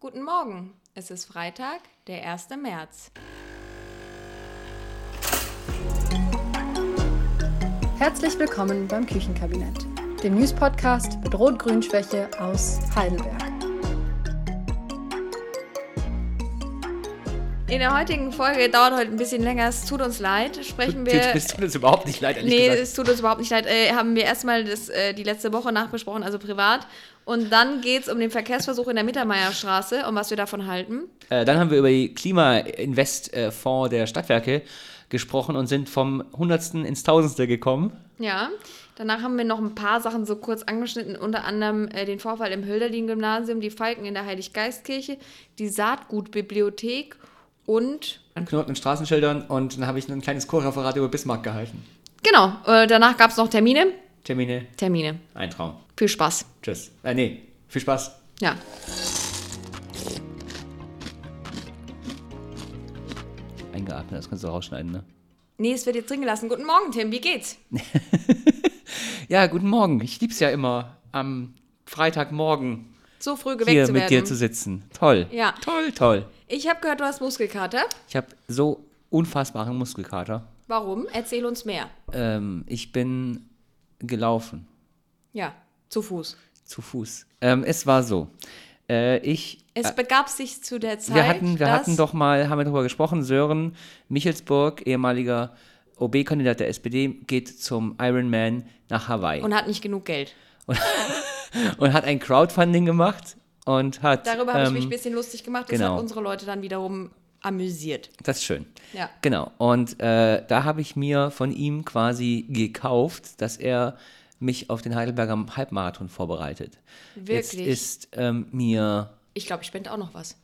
Guten Morgen, es ist Freitag, der 1. März. Herzlich willkommen beim Küchenkabinett, dem News-Podcast mit Rot-Grün-Schwäche aus Heidelberg. In der heutigen Folge dauert heute ein bisschen länger, es tut uns leid, sprechen wir... Es tut uns überhaupt nicht leid, ehrlich Nee, gesagt. es tut uns überhaupt nicht leid. Äh, haben wir erstmal das, äh, die letzte Woche nachbesprochen, also privat. Und dann geht es um den Verkehrsversuch in der Mittermeierstraße und was wir davon halten. Äh, dann haben wir über die Klima-Invest-Fonds der Stadtwerke gesprochen und sind vom Hundertsten ins Tausendste gekommen. Ja, danach haben wir noch ein paar Sachen so kurz angeschnitten, unter anderem äh, den Vorfall im Hölderlin-Gymnasium, die Falken in der Heiliggeistkirche, die Saatgutbibliothek und Knoten und Straßenschildern und dann habe ich ein kleines Chorreferat über Bismarck gehalten. genau, äh, danach gab es noch Termine. Termine, Termine. ein Traum. Viel Spaß. Tschüss. Äh, nee, viel Spaß. Ja. Eingeatmet, das kannst du rausschneiden, ne? Nee, es wird jetzt drin gelassen. Guten Morgen, Tim, wie geht's? Ja, guten Morgen. Ich lieb's ja immer, am Freitagmorgen So früh geweckt hier zu mit werden. dir zu sitzen. Toll. Ja. Toll, toll. ich habe gehört, du hast Muskelkater. Ich habe so unfassbaren Muskelkater. Warum? Erzähl uns mehr. Ähm, ich bin gelaufen. Ja, zu Fuß. zu Fuß. Ähm, es war so. Äh, ich, Es begab sich zu der Zeit, wir hatten, wir dass hatten doch mal, haben wir darüber gesprochen, Sören Michelsburg, ehemaliger OB-Kandidat der SPD, geht zum Ironman nach Hawaii und, und hat nicht genug Geld. hat ein Crowdfunding gemacht und hat. Darüber habe ich mich ein ähm, bisschen lustig gemacht. Das genau. hat unsere Leute dann wiederum amüsiert. Das ist schön. Ja. Genau. Und äh, da habe ich mir von ihm quasi gekauft, dass er mich auf den Heidelberger Halbmarathon vorbereitet. Wirklich? Jetzt ist ähm, mir. Ich glaube, ich spende auch noch was.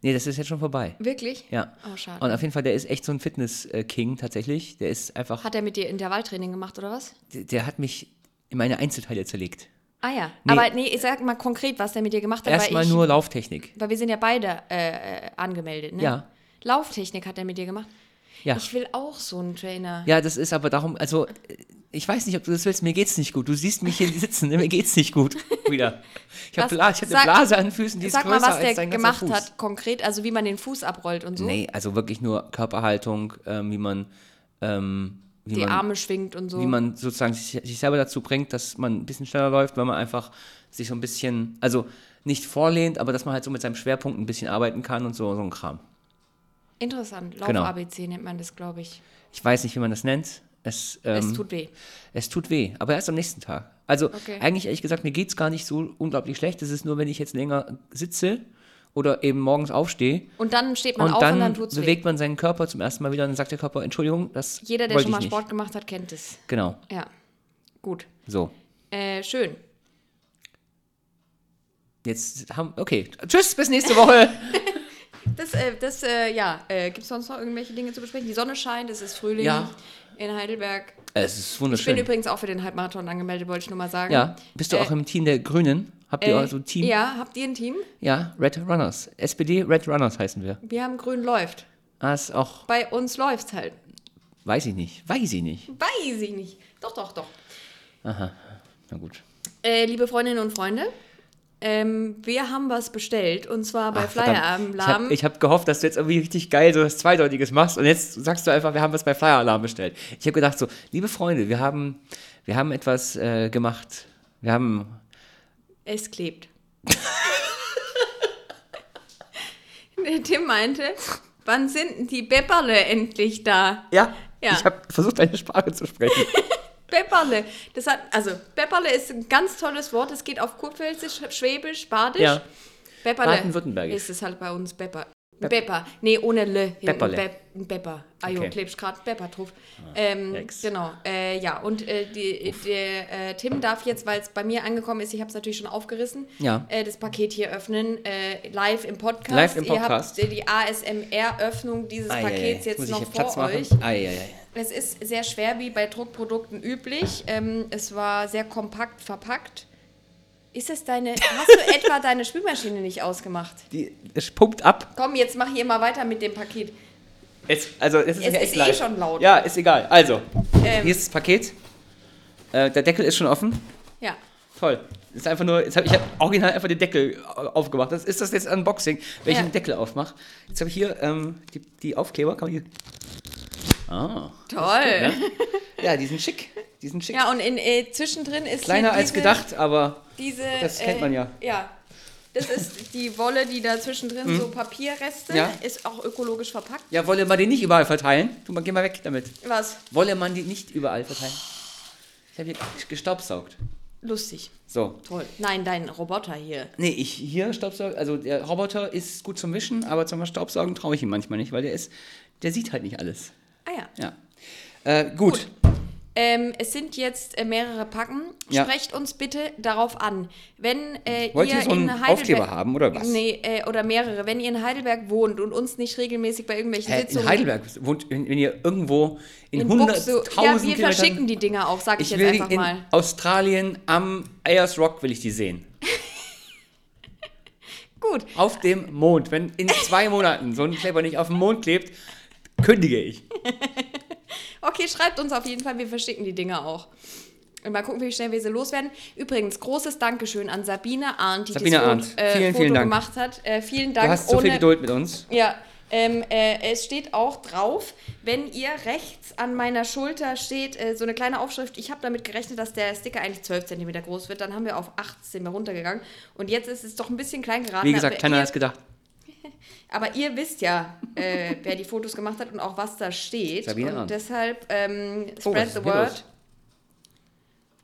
Nee, das ist jetzt schon vorbei. Wirklich? Ja. Oh, schade. Und auf jeden Fall, der ist echt so ein Fitness-King tatsächlich. Der ist einfach, Hat er mit dir Intervalltraining gemacht oder was? der, der hat mich in meine Einzelteile zerlegt. Ah ja. Nee. Aber nee, ich sag mal konkret, was der mit dir gemacht hat. weil Erstmal ich, nur Lauftechnik. Weil wir sind ja beide äh, äh, angemeldet, ne? Ja. Lauftechnik hat er mit dir gemacht. Ja. Ich will auch so einen Trainer. Ja, das ist aber darum, also äh, ich weiß nicht, ob du das willst, mir geht's nicht gut. Du siehst mich hier sitzen, ne? mir geht's nicht gut. Wieder. Ich Was- habe Bla ich hab sag- eine Blase an den Füßen, die ist Sag größer mal, was als der dein gemacht ganzer Fuß. hat, konkret, also wie man den Fuß abrollt und so. Nee, also wirklich nur Körperhaltung, ähm, wie man, ähm, wie die man Arme schwingt und so. wie man sozusagen sich, sich selber dazu bringt, dass man ein bisschen schneller läuft, weil man einfach sich so ein bisschen, also nicht vorlehnt, aber dass man halt so mit seinem Schwerpunkt ein bisschen arbeiten kann und so, so ein Kram. Interessant. Genau. Lauf-ABC nennt man das, glaube ich. Ich weiß nicht, wie man das nennt. Es, ähm, es tut weh. es tut weh, aber erst am nächsten Tag. Also Okay. eigentlich ehrlich gesagt, mir geht es gar nicht so unglaublich schlecht. Es ist nur, wenn ich jetzt länger sitze oder eben morgens aufstehe Und dann steht man und auf dann, und dann tut's weh. bewegt man seinen Körper zum ersten Mal wieder und dann sagt der Körper, Entschuldigung, das Jeder, der wollte schon mal ich Sport gemacht hat, kennt es. nicht. Genau, Ja. Gut. so. Äh, schön. Jetzt haben, okay, tschüss, bis nächste Woche. Das, äh, das, äh, ja. Äh, Gibt es sonst noch irgendwelche Dinge zu besprechen? Die Sonne scheint, es ist Frühling Ja. in Heidelberg. Es ist Ich bin wunderschön. übrigens auch für den Halbmarathon angemeldet, wollte ich nur mal sagen. ja, bist du auch im Team der Grünen? Habt ihr Äh, also ein Team? Ja, habt ihr ein Team? Ja, Red Runners. SPD Red Runners heißen wir. Wir haben Grün läuft. Ah, ist auch, Bei uns läuft's halt. weiß ich nicht. Weiß ich nicht. Weiß ich nicht. Doch, doch, doch. Na gut. Äh, liebe Freundinnen und Freunde, ähm, wir haben was bestellt und zwar bei Ach, verdammt. Flyer-Alarm. Ich habe ich hab gehofft, dass du jetzt irgendwie richtig geil so was Zweideutiges machst und jetzt sagst du einfach, wir haben was bei Flyer Alarm bestellt. Ich habe gedacht so, liebe Freunde, wir haben, wir haben etwas äh, gemacht. Wir haben, Es klebt. Der Tim meinte, wann sind denn die Pepperle endlich da? ja, Ja. ich habe versucht, eine Sprache zu sprechen. Pepperle. Das hat, also, Pepperle ist ein ganz tolles Wort. Es geht auf Kurpfälzisch, Schwäbisch, Badisch. ja, Pepperle. Baden-Württembergisch. Ist es halt bei uns Pepper. Pepper. Nee, ohne L. hinten. Pepperle. Pe- ein Pepper. Ah, jo, Okay. Ah, klebst grad Pepper drauf. Ähm, Yikes. genau. Äh, ja, und äh, die, der äh, Tim darf jetzt, weil es bei mir angekommen ist, ich habe es natürlich schon aufgerissen, Ja. äh, das Paket hier öffnen. Äh, live im Podcast. Live im Podcast. Ihr habt äh, die ASMR-Öffnung dieses Ei, ei, ei. Pakets jetzt muss ich noch hier vor Platz machen. euch. Ei, ei, ei. Es ist sehr schwer, wie bei Druckprodukten üblich. Ähm, es war sehr kompakt verpackt. Ist es deine. Hast du etwa deine Spülmaschine nicht ausgemacht? Die, es pumpt ab. Komm, jetzt mach hier mal weiter mit dem Paket. Es, also, es ist, Es ist ja echt eh live. schon laut. Ja, ist egal. Also, Ähm. hier ist das Paket. Äh, der Deckel ist schon offen. Ja. Toll. Ist einfach nur, jetzt hab, ich habe original einfach den Deckel au- aufgemacht. Das ist das jetzt Unboxing, wenn Ja. ich den Deckel aufmache. Jetzt habe ich hier ähm, die, die Aufkleber. Kann man hier. Ah. Toll. Ja, die sind schick. Die sind schick. Ja, und in, äh, zwischendrin ist Kleiner hier als diese- gedacht, aber Diese, Das kennt man ja. Äh, ja. Das ist die Wolle, die da zwischendrin so Papierreste Mhm. Ja. ist auch ökologisch verpackt. ja, wolle man den nicht überall verteilen. Du, man, geh mal weg damit. Was? Wolle man die nicht überall verteilen. Ich habe hier gestaubsaugt. Lustig. So. Toll. Nein, dein Roboter hier. Nee, ich hier Staubsauger, also der Roboter ist gut zum Wischen, aber zum Staubsaugen traue ich ihm manchmal nicht, weil der ist, der sieht halt nicht alles. Ah ja. Ja. Äh, gut. Ähm, es sind jetzt äh, mehrere Packen. Ja. Sprecht uns bitte darauf an. Wenn äh, Wollt ihr ihr so einen in Heidelberg Aufkleber haben, oder was? Nee, äh, oder mehrere. Wenn ihr in Heidelberg wohnt und uns nicht regelmäßig bei irgendwelchen Äh, Sitzungen in Heidelberg wohnt, wenn, wenn ihr irgendwo in, in Buxtehude- 100.000 Ja, wir Kilometern- verschicken die Dinger auch, sag ich, Ich jetzt will die einfach in mal. Australien am Ayers Rock will ich die sehen. Gut. Auf dem Mond. Wenn in zwei Monaten so ein Kleber nicht auf dem Mond klebt, kündige ich. Okay, schreibt uns auf jeden Fall, wir verschicken die Dinger auch. Und mal gucken, wie schnell wir sie loswerden. Übrigens, großes Dankeschön an Sabine Arndt, die Sabine das Fo- Arndt, äh, vielen, Foto vielen Dank. gemacht hat. Äh, vielen Du Dank. hast so viel Geduld mit uns. Ja, ähm, äh, es steht auch drauf, wenn ihr rechts an meiner Schulter steht, äh, so eine kleine Aufschrift. Ich habe damit gerechnet, dass der Sticker eigentlich 12 cm groß wird. Dann haben wir auf 18 mal runtergegangen. Und jetzt ist es doch ein bisschen klein geraten. Wie gesagt, aber keiner ihr- hat es gedacht. aber ihr wisst ja, äh, wer die Fotos gemacht hat und auch was da steht. Sabine und Arndt. deshalb ähm, Oh, spread was the ist denn hier word. los?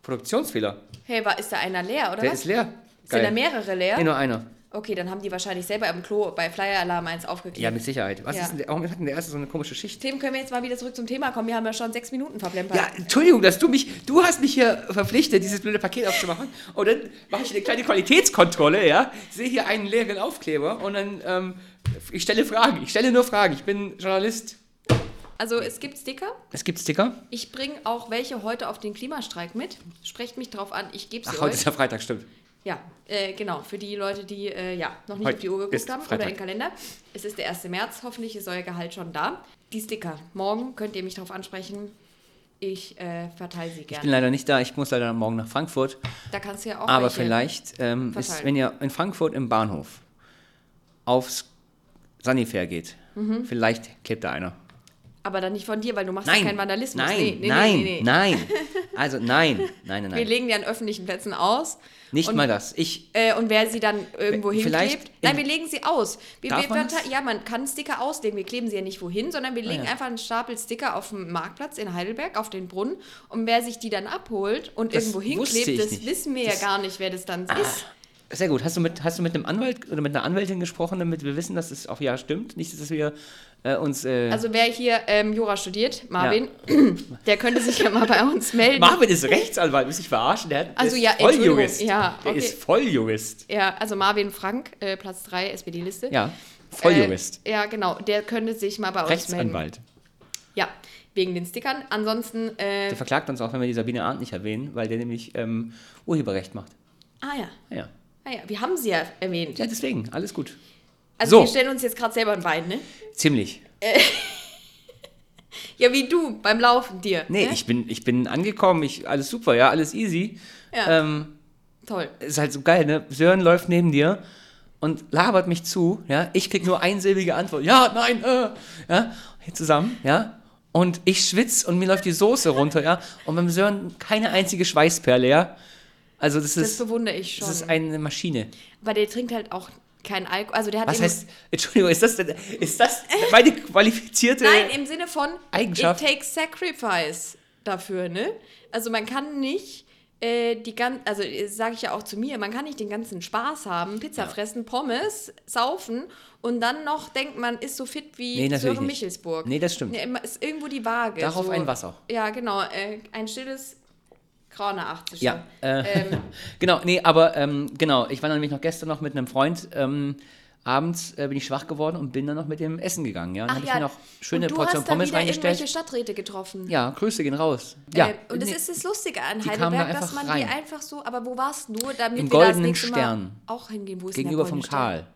Produktionsfehler. Hey, war, ist da einer leer, oder Der was? ist leer. Sind da Geil. Genau. mehrere leer? Nee, nur einer. Okay, dann haben die wahrscheinlich selber im Klo bei Flyer Alarm 1 Ja, aufgeklebt. mit Sicherheit. Was Ja. ist denn der, warum hat denn der erste so eine komische Schicht? Themen können wir jetzt mal wieder zurück zum Thema kommen. Wir haben ja schon sechs Minuten verplempert. Ja, Entschuldigung, dass du mich, du hast mich hier verpflichtet, dieses blöde Paket aufzumachen. Und dann mache ich eine kleine Qualitätskontrolle, ja. Sehe hier einen leeren Aufkleber und dann, ähm, ich stelle Fragen. Ich stelle nur Fragen. Ich bin Journalist. Also es gibt Sticker. Es gibt Sticker. Ich bringe auch welche heute auf den Klimastreik mit. Sprecht mich drauf an. Ich gebe sie Ach, heute euch. ist ja Freitag, stimmt. Ja, äh, genau. Für die Leute, die äh, ja, noch nicht Heute auf die Uhr geguckt ist haben oder Freitag. den Kalender. Es ist der 1. März. Hoffentlich ist euer Gehalt schon da. Die Sticker. Morgen könnt ihr mich drauf ansprechen. Ich äh, verteile sie Ich bin gerne. leider nicht da. Ich muss leider morgen nach Frankfurt. Da kannst du ja auch Aber welche- vielleicht ähm, ist, verteilen. wenn ihr in Frankfurt im Bahnhof aufs Sanifair geht, Mhm. vielleicht klebt da einer. Aber dann nicht von dir, weil du machst ja Nein, keinen Vandalismus. nein, Nee, nee, nein, nee, nee, nee. nein. Also nein, nein, nein, Wir nein. legen die an öffentlichen Plätzen aus. Nicht und- mal das. Ich, Äh, und wer sie dann irgendwo Vielleicht hinklebt. Nein, in- wir legen sie aus. Wir, Darf wir, man Ah, verteil- ja, man kann Sticker auslegen. Wir kleben sie ja nicht wohin, sondern wir legen ja. einfach einen Stapel Sticker auf dem Marktplatz in Heidelberg, auf den Brunnen. Und wer sich die dann abholt und Das irgendwo wusste ich hinklebt, das nicht. wissen wir Das- Ah. ja gar nicht, wer das dann ist. sehr gut. Hast du, mit, hast du mit einem Anwalt oder mit einer Anwältin gesprochen, damit wir wissen, dass es auch ja stimmt? Nicht, dass wir äh, uns. Äh, Also wer hier ähm, Jura studiert, Marvin, der könnte sich ja mal bei uns melden. Marvin ist Rechtsanwalt, muss ich verarschen. Der, hat- der Also ist ja, Entschuldigung, Volljurist. ja, Der okay. ist Volljurist. ja, also Marvin Frank, äh, Platz 3, SPD-Liste. Ja, Volljurist. Äh, ja, genau. Der könnte sich mal bei uns melden. Rechtsanwalt. Ja, wegen den Stickern. Ansonsten, äh, Der verklagt uns auch, wenn wir die Sabine Arndt nicht erwähnen, weil der nämlich ähm, Urheberrecht macht. ah ja. Ja. Naja, wir haben sie ja erwähnt. ja, deswegen, alles gut. Also So. wir stellen uns jetzt gerade selber ein Bein, ne? Ziemlich. Ja, wie du beim Laufen dir. Nee, ne? ich bin, ich bin angekommen, ich, alles super, ja, alles easy. Ja. Ähm, Toll. ist halt so geil, ne? Sören läuft neben dir und labert mich zu, ja. Ich krieg nur einsilbige Antwort. Ja, nein, äh, ja. Hier zusammen, ja. Und ich schwitz und mir läuft die Soße runter, ja. Und beim Sören keine einzige Schweißperle, ja. Also das Das ist, bewundere ich das schon. ist eine Maschine. Weil der trinkt halt auch keinen Alkohol. Also der hat Was im- heißt, Entschuldigung, ist das, denn, ist das meine qualifizierte... Äh. Nein, im Sinne von Eigenschaft? It takes sacrifice dafür, ne? Also man kann nicht äh, die ganze, also sage ich ja auch zu mir, man kann nicht den ganzen Spaß haben, Pizza Ja. fressen, Pommes, saufen und dann noch denkt, man ist so fit wie Nee, natürlich Sören nicht. Michelsburg. Nee, das stimmt. Nee, immer- ist irgendwo die Waage. Darauf so. ein Wasser. Ja, genau. Äh, ein stilles Krone 80. Ja, äh, Ähm, genau, nee, aber ähm, genau, ich war nämlich noch gestern noch mit einem Freund ähm, abends äh, bin ich schwach geworden und bin dann noch mit dem Essen gegangen, ja. Und ach habe ich ja. mir noch schöne und du Portion hast da Pommes wieder irgendwelche reingestellt. Stadträte getroffen. Ja, Grüße gehen raus. Ja, Ähm, und das nee, ist das Lustige an kamen Heidelberg, da dass einfach man die rein. einfach so, aber wo warst du, damit Im wir da das Goldenen nächste Mal Stern. auch hingehen, wo ist denn gegenüber der vom Goldene Stern? Karl.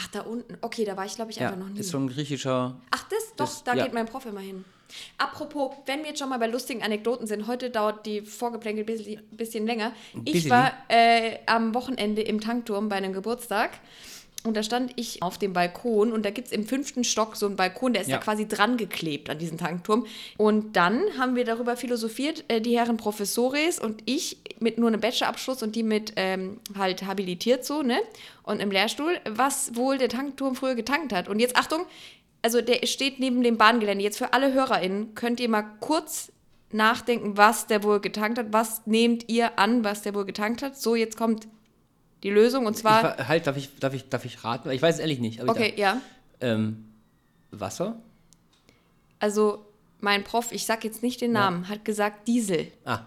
Ach, da unten. Okay, da war ich, glaube ich, Ja, einfach noch nie. ist so ein griechischer. Ach, das? Doch, Das- da ja. geht mein Prof immer hin. Apropos, wenn wir jetzt schon mal bei lustigen Anekdoten sind, heute dauert die Vorgeplänkel ein bisschen, bisschen länger. Ich bisschen. war äh, am Wochenende im Tankturm bei einem Geburtstag und da stand ich auf dem Balkon und da gibt es im fünften Stock so einen Balkon, der ist Ja. da quasi dran geklebt an diesen Tankturm. Und dann haben wir darüber philosophiert, äh, die Herren Professores und ich mit nur einem Bachelorabschluss und die mit ähm, halt habilitiert so, ne? Und im Lehrstuhl, was wohl der Tankturm früher getankt hat. Und jetzt Achtung, also der steht neben dem Bahngelände. Jetzt für alle HörerInnen könnt ihr mal kurz nachdenken, was der wohl getankt hat. Was nehmt ihr an, was der wohl getankt hat? So, jetzt kommt die Lösung und Ich, zwar. wa- halt, darf ich, darf, ich, darf ich raten? Ich weiß es ehrlich nicht. Aber Okay, ja. Ich, ähm, Wasser? Also, mein Prof, ich sag jetzt nicht den Ja. Namen, hat gesagt Diesel. Ah,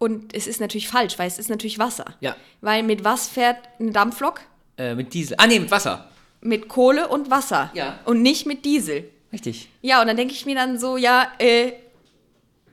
Und es ist natürlich falsch, weil es ist natürlich Wasser. Ja. Weil mit was fährt ein Dampflok? äh, mit Diesel. Ah, nee, mit Wasser. Mit Kohle und Wasser. Ja. Und nicht mit Diesel. Richtig. Ja, und dann denke ich mir dann so, ja, äh,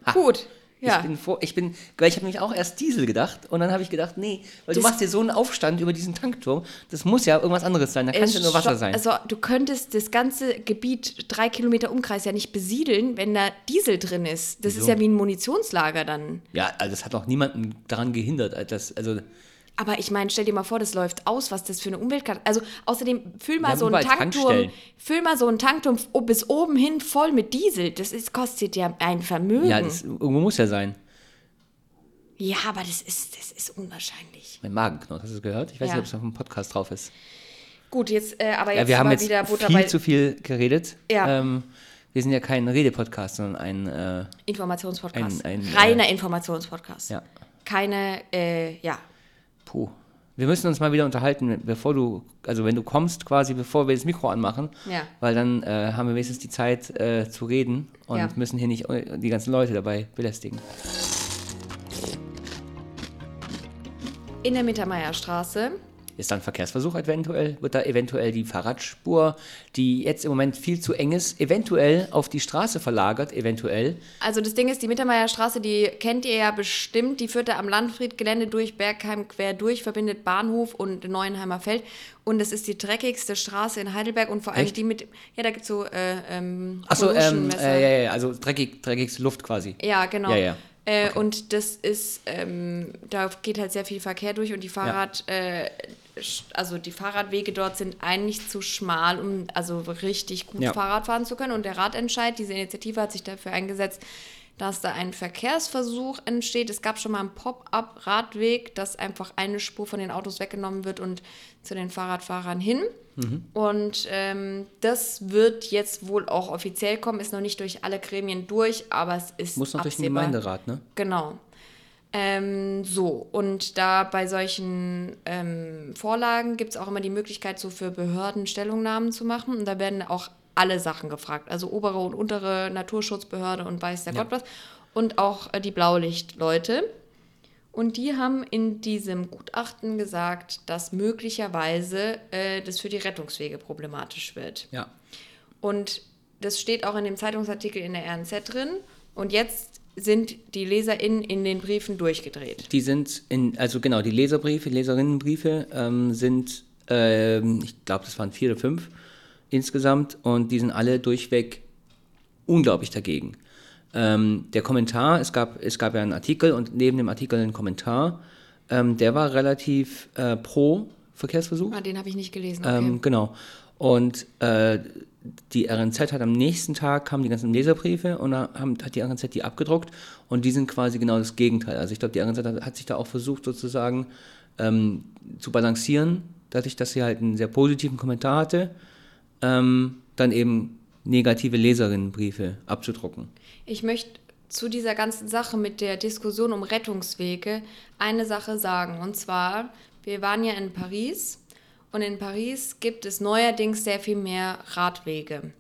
Ha. gut. Ja. Ich bin froh, ich bin, weil ich habe nämlich auch erst Diesel gedacht und dann habe ich gedacht, nee, weil du Das- machst dir so einen Aufstand über diesen Tankturm, das muss ja irgendwas anderes sein, da kann es ja Es nur Wasser sto- sein. Äh, Also du könntest das ganze Gebiet drei Kilometer Umkreis ja nicht besiedeln, wenn da Diesel drin ist. Das ist Wieso? ja wie ein Munitionslager dann. ja, also das hat auch niemanden daran gehindert, als das, also Aber ich meine, stell dir mal vor, das läuft aus, was das für eine Umweltkatastrophe. Also außerdem füll mal Ja, so einen überall Tankturm, Tankstellen. füll mal so einen Tankturm o- bis oben hin voll mit Diesel. Das ist, kostet ja ein Vermögen. ja, das, irgendwo muss ja sein. ja, aber das ist, das ist unwahrscheinlich. Mein Magen knurrt, hast du es gehört? Ich weiß Ja. nicht, ob es auf dem Podcast drauf ist. Gut, jetzt äh, aber jetzt Ja, wir haben mal jetzt wieder Butter bei viel zu viel geredet. Ja. Ähm, wir sind ja kein Redepodcast, sondern ein, äh, Informationspodcast. ein- ein, Reiner Informationspodcast. ja, Keine, äh, ja. puh. Wir müssen uns mal wieder unterhalten, bevor du, also wenn du kommst quasi, bevor wir das Mikro anmachen, Ja. weil dann äh, haben wir wenigstens die Zeit äh, zu reden und Ja. müssen hier nicht äh, die ganzen Leute dabei belästigen. In der Mittermeierstraße. Ist da ein Verkehrsversuch eventuell? Wird da eventuell die Fahrradspur, die jetzt im Moment viel zu eng ist, eventuell auf die Straße verlagert, eventuell? Also das Ding ist, die Mittermeierstraße, die kennt ihr ja bestimmt. Die führt da am Landfriedgelände durch Bergheim quer durch, verbindet Bahnhof und Neuenheimer Feld. Und das ist die dreckigste Straße in Heidelberg und vor allem Echt? die mit... Ja, da gibt es so... Äh, ähm, Achso, ähm, Pollution-Messer. äh, ja, ja, ja, also dreckig, dreckigste Luft quasi. Ja, genau. Ja, ja. Äh, Und das ist, ähm, da geht halt sehr viel Verkehr durch und die Fahrrad, äh, sch- also die Fahrradwege dort sind eigentlich zu schmal, um also richtig gut Ja. Fahrrad fahren zu können. Und der Radentscheid, diese Initiative hat sich dafür eingesetzt, dass da ein Verkehrsversuch entsteht. Es gab schon mal einen Pop-up-Radweg, dass einfach eine Spur von den Autos weggenommen wird und zu den Fahrradfahrern hin. Und ähm, das wird jetzt wohl auch offiziell kommen, ist noch nicht durch alle Gremien durch, aber es ist Muss noch durch den absehbar. Gemeinderat, ne? Genau. Ähm, so, und da bei solchen ähm, Vorlagen gibt es auch immer die Möglichkeit, so für Behörden Stellungnahmen zu machen. Und da werden auch alle Sachen gefragt. Also obere und untere Naturschutzbehörde und weiß der Gott was. Und auch äh, die Blaulichtleute. Und die haben in diesem Gutachten gesagt, dass möglicherweise äh, das für die Rettungswege problematisch wird. Ja. Und das steht auch in dem Zeitungsartikel in der RNZ drin. Und jetzt sind die LeserInnen in den Briefen durchgedreht. Die sind in, also genau, die Leserbriefe, Leserinnenbriefe ähm, sind, ähm, ich glaube, das waren vier oder fünf insgesamt und die sind alle durchweg unglaublich dagegen. Ähm, der Kommentar, es gab, es gab ja einen Artikel und neben dem Artikel einen Kommentar, ähm, der war relativ äh, pro Verkehrsversuch. Ah, den habe ich nicht gelesen. Okay. Ähm, genau. Und äh, die RNZ hat am nächsten Tag kamen die ganzen Leserbriefe und da haben, hat die RNZ die abgedruckt und die sind quasi genau das Gegenteil. Also ich glaube, die RNZ hat, hat sich da auch versucht sozusagen ähm, zu balancieren, dadurch, dass sie halt einen sehr positiven Kommentar hatte, ähm, dann eben negative Leserinnenbriefe abzudrucken. Ich möchte zu dieser ganzen Sache mit der Diskussion um Rettungswege eine Sache sagen. Und zwar, wir waren ja in Paris und in Paris gibt es neuerdings sehr viel mehr Radwege.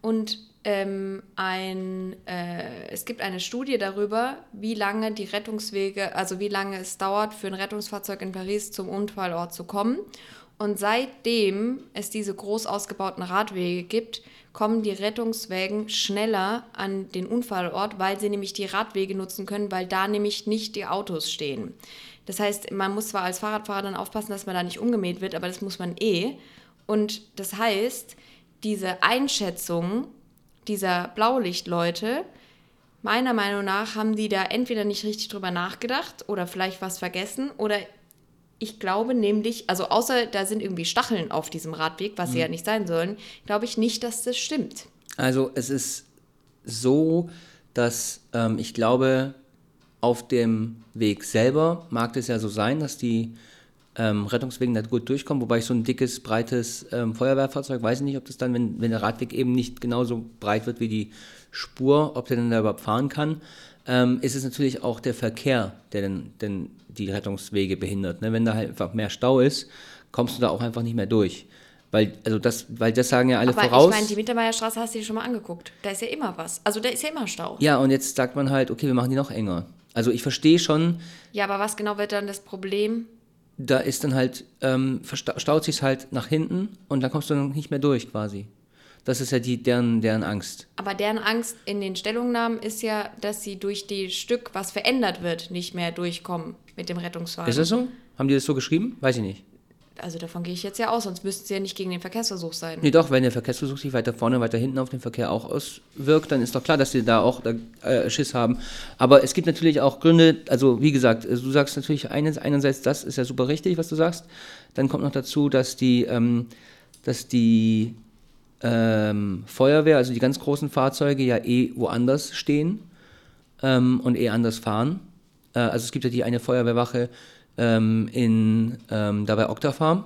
Und ähm, ein, äh, es gibt eine Studie darüber, wie lange die Rettungswege, also wie lange es dauert, für ein Rettungsfahrzeug in Paris zum Unfallort zu kommen. Und seitdem es diese groß ausgebauten Radwege gibt, kommen die Rettungswägen schneller an den Unfallort, weil sie nämlich die Radwege nutzen können, weil da nämlich nicht die Autos stehen. Das heißt, man muss zwar als Fahrradfahrer dann aufpassen, dass man da nicht umgemäht wird, aber das muss man eh. Und das heißt, diese Einschätzung dieser Blaulichtleute, meiner Meinung nach, haben die da entweder nicht richtig drüber nachgedacht oder vielleicht was vergessen oder ich glaube nämlich, also außer da sind irgendwie Stacheln auf diesem Radweg, Mhm. was sie ja nicht sein sollen, glaube ich nicht, dass das stimmt. Also es ist so, dass ähm, ich glaube, auf dem Weg selber mag es ja so sein, dass die ähm, Rettungswegen da gut durchkommen, wobei ich so ein dickes, breites ähm, Feuerwehrfahrzeug, weiß ich nicht, ob das dann, wenn, wenn der Radweg eben nicht genauso breit wird wie die Spur, ob der dann da überhaupt fahren kann, ähm, ist es natürlich auch der Verkehr, der denn, denn die Rettungswege behindert. Ne? Wenn da halt einfach mehr Stau ist, kommst du da auch einfach nicht mehr durch. Weil, also das, weil das sagen ja alle Aber voraus. ich meine, die Mittermeierstraße hast du dir schon mal angeguckt. Da ist ja immer was. Also da ist ja immer Stau. Ja, und jetzt sagt man halt, okay, wir machen die noch enger. Also ich verstehe schon, Ja, aber was genau wird dann das Problem? da ist dann halt, ähm, versta- staut sich halt nach hinten und dann kommst du dann nicht mehr durch quasi. Das ist ja die, deren, deren Angst. Aber deren Angst in den Stellungnahmen ist ja, dass sie durch die Stück, was verändert wird, nicht mehr durchkommen mit dem Rettungswagen. Ist das so? Haben die das so geschrieben? Weiß ich nicht. Also davon gehe ich jetzt ja aus, sonst müssten sie ja nicht gegen den Verkehrsversuch sein. Nee, doch, wenn der Verkehrsversuch sich weiter vorne, weiter hinten auf den Verkehr auch auswirkt, dann ist doch klar, dass die da auch äh, Schiss haben. Aber es gibt natürlich auch Gründe, also wie gesagt, also du sagst natürlich eines, einerseits, das ist ja super richtig, was du sagst. Dann kommt noch dazu, dass die, ähm, dass die ähm, Feuerwehr, also die ganz großen Fahrzeuge, ja eh woanders stehen ähm, und eh anders fahren. Äh, also es gibt ja die eine Feuerwehrwache ähm, in, ähm, da bei Octafarm.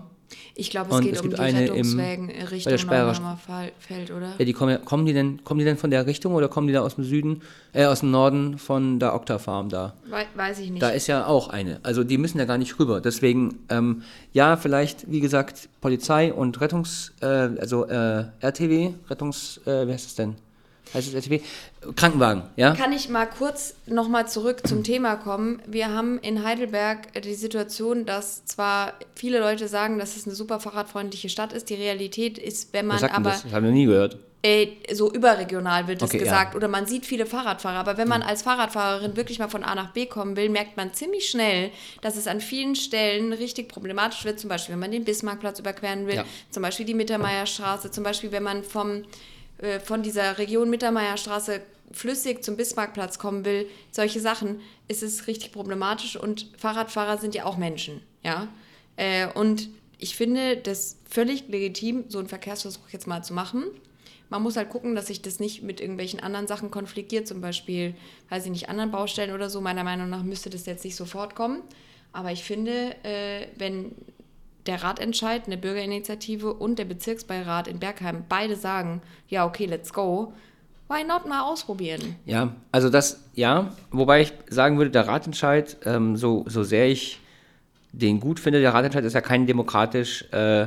Ich glaube, es Und geht es um gibt die eine im- Rettungswagen bei Richtung der Speyerer St- Neumarmerfeld, oder? Ja, die kommen, ja- kommen, die denn, kommen die denn von der Richtung oder kommen die da aus dem Süden, äh, aus dem Norden von der Octafarm da? Wei- weiß ich nicht. Da ist ja auch eine. Also die müssen ja gar nicht rüber. Deswegen, ähm, ja, vielleicht, wie gesagt, Polizei und Rettungs-, äh, also äh, RTW, Rettungs-, äh, wie heißt das denn? Heißt es RTW? Krankenwagen, ja? Kann ich mal kurz nochmal zurück Mhm. zum Thema kommen? Wir haben in Heidelberg die Situation, dass zwar viele Leute sagen, dass es eine super fahrradfreundliche Stadt ist, die Realität ist, wenn man Was sagt denn aber das? Das haben wir nie gehört. äh, so überregional wird das Okay, ja. Mhm. gesagt oder man sieht viele Fahrradfahrer, aber wenn man als Fahrradfahrerin wirklich mal von A nach B kommen will, merkt man ziemlich schnell, dass es an vielen Stellen richtig problematisch wird, zum Beispiel wenn man den Bismarckplatz überqueren will, Ja. zum Beispiel die Mittermeierstraße, zum Beispiel wenn man vom, äh, von dieser Region Mittermeierstraße flüssig zum Bismarckplatz kommen will, solche Sachen, ist es richtig problematisch und Fahrradfahrer sind ja auch Menschen, ja. Äh, und ich finde das völlig legitim, so einen Verkehrsversuch jetzt mal zu machen. Man muss halt gucken, dass sich das nicht mit irgendwelchen anderen Sachen konfliktiert, zum Beispiel, weiß ich nicht, anderen Baustellen oder so. Meiner Meinung nach müsste das jetzt nicht sofort kommen. Aber ich finde, äh, wenn der Ratentscheid, eine Bürgerinitiative und der Bezirksbeirat in Bergheim beide sagen, ja, okay, let's go, why not mal ausprobieren? Ja, also das, ja, wobei ich sagen würde, der Ratentscheid, ähm, so, so sehr ich den gut finde, der Ratentscheid ist ja kein demokratisch äh,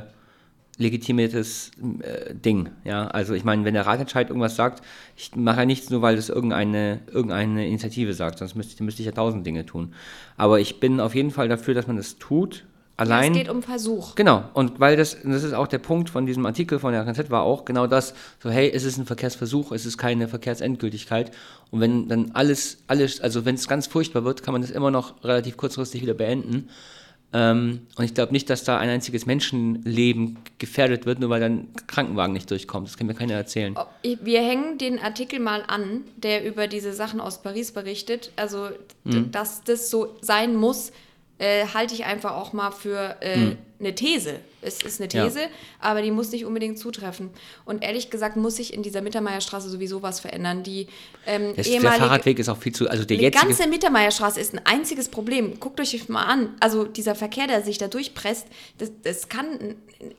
legitimiertes äh, Ding. Ja, also ich meine, wenn der Ratentscheid irgendwas sagt, ich mache ja nichts nur, weil es irgendeine, irgendeine Initiative sagt, sonst müsste, ich- müsste ich ja tausend Dinge tun. Aber ich bin auf jeden Fall dafür, dass man das tut. Allein. Es geht um Versuch. Genau, und weil das, und das ist auch der Punkt von diesem Artikel von der RNZ war auch genau das, so hey, es ist ein Verkehrsversuch, es ist keine Verkehrsendgültigkeit und wenn dann alles, alles, also wenn es ganz furchtbar wird, kann man das immer noch relativ kurzfristig wieder beenden ähm, und ich glaube nicht, dass da ein einziges Menschenleben gefährdet wird, nur weil dann ein Krankenwagen nicht durchkommt, das kann mir keiner erzählen. Ob- ich- Genau. Wir hängen den Artikel mal an, der über diese Sachen aus Paris berichtet. Also, d- Mhm. dass das so sein muss, äh, halte ich einfach auch mal für äh, eine These. Es ist eine Mhm. Ja. These, aber die muss nicht unbedingt zutreffen. Und ehrlich gesagt muss sich in dieser Mittermeierstraße sowieso was verändern. Die ähm, Das, der ehemalige Fahrradweg ist auch viel zu, also der die jetzige ganze Mittermeierstraße ist ein einziges Problem. Guckt euch das mal an. Also dieser Verkehr, der sich da durchpresst, das, das kann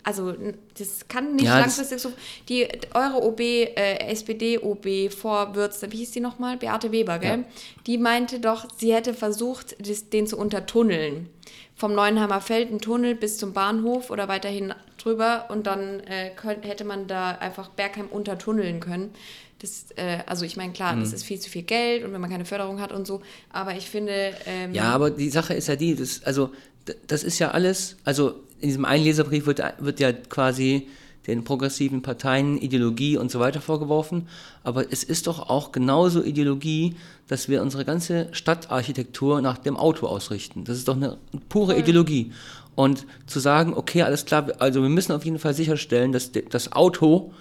also das kann nicht Ja, das- langfristig so. Die eure OB, äh, SPD OB vor Würz, wie hieß die nochmal? Beate Weber, gell? Ja. Die meinte doch, sie hätte versucht, das, den zu untertunneln. Vom Neuenheimer Feld einen Tunnel bis zum Bahnhof oder weiterhin drüber und dann äh, könnt, hätte man da einfach Bergheim untertunneln können. Das, äh, also ich meine, klar, Mhm. das ist viel zu viel Geld und wenn man keine Förderung hat und so, aber ich finde, ähm, Ja, aber die Sache ist ja die, das, also, d- das ist ja alles, also in diesem Einleserbrief wird, wird ja quasi den progressiven Parteien Ideologie und so weiter vorgeworfen, aber es ist doch auch genauso Ideologie, dass wir unsere ganze Stadtarchitektur nach dem Auto ausrichten. Das ist doch eine pure Ideologie. Und zu sagen, okay, alles klar, also wir müssen auf jeden Fall sicherstellen, dass de- das Auto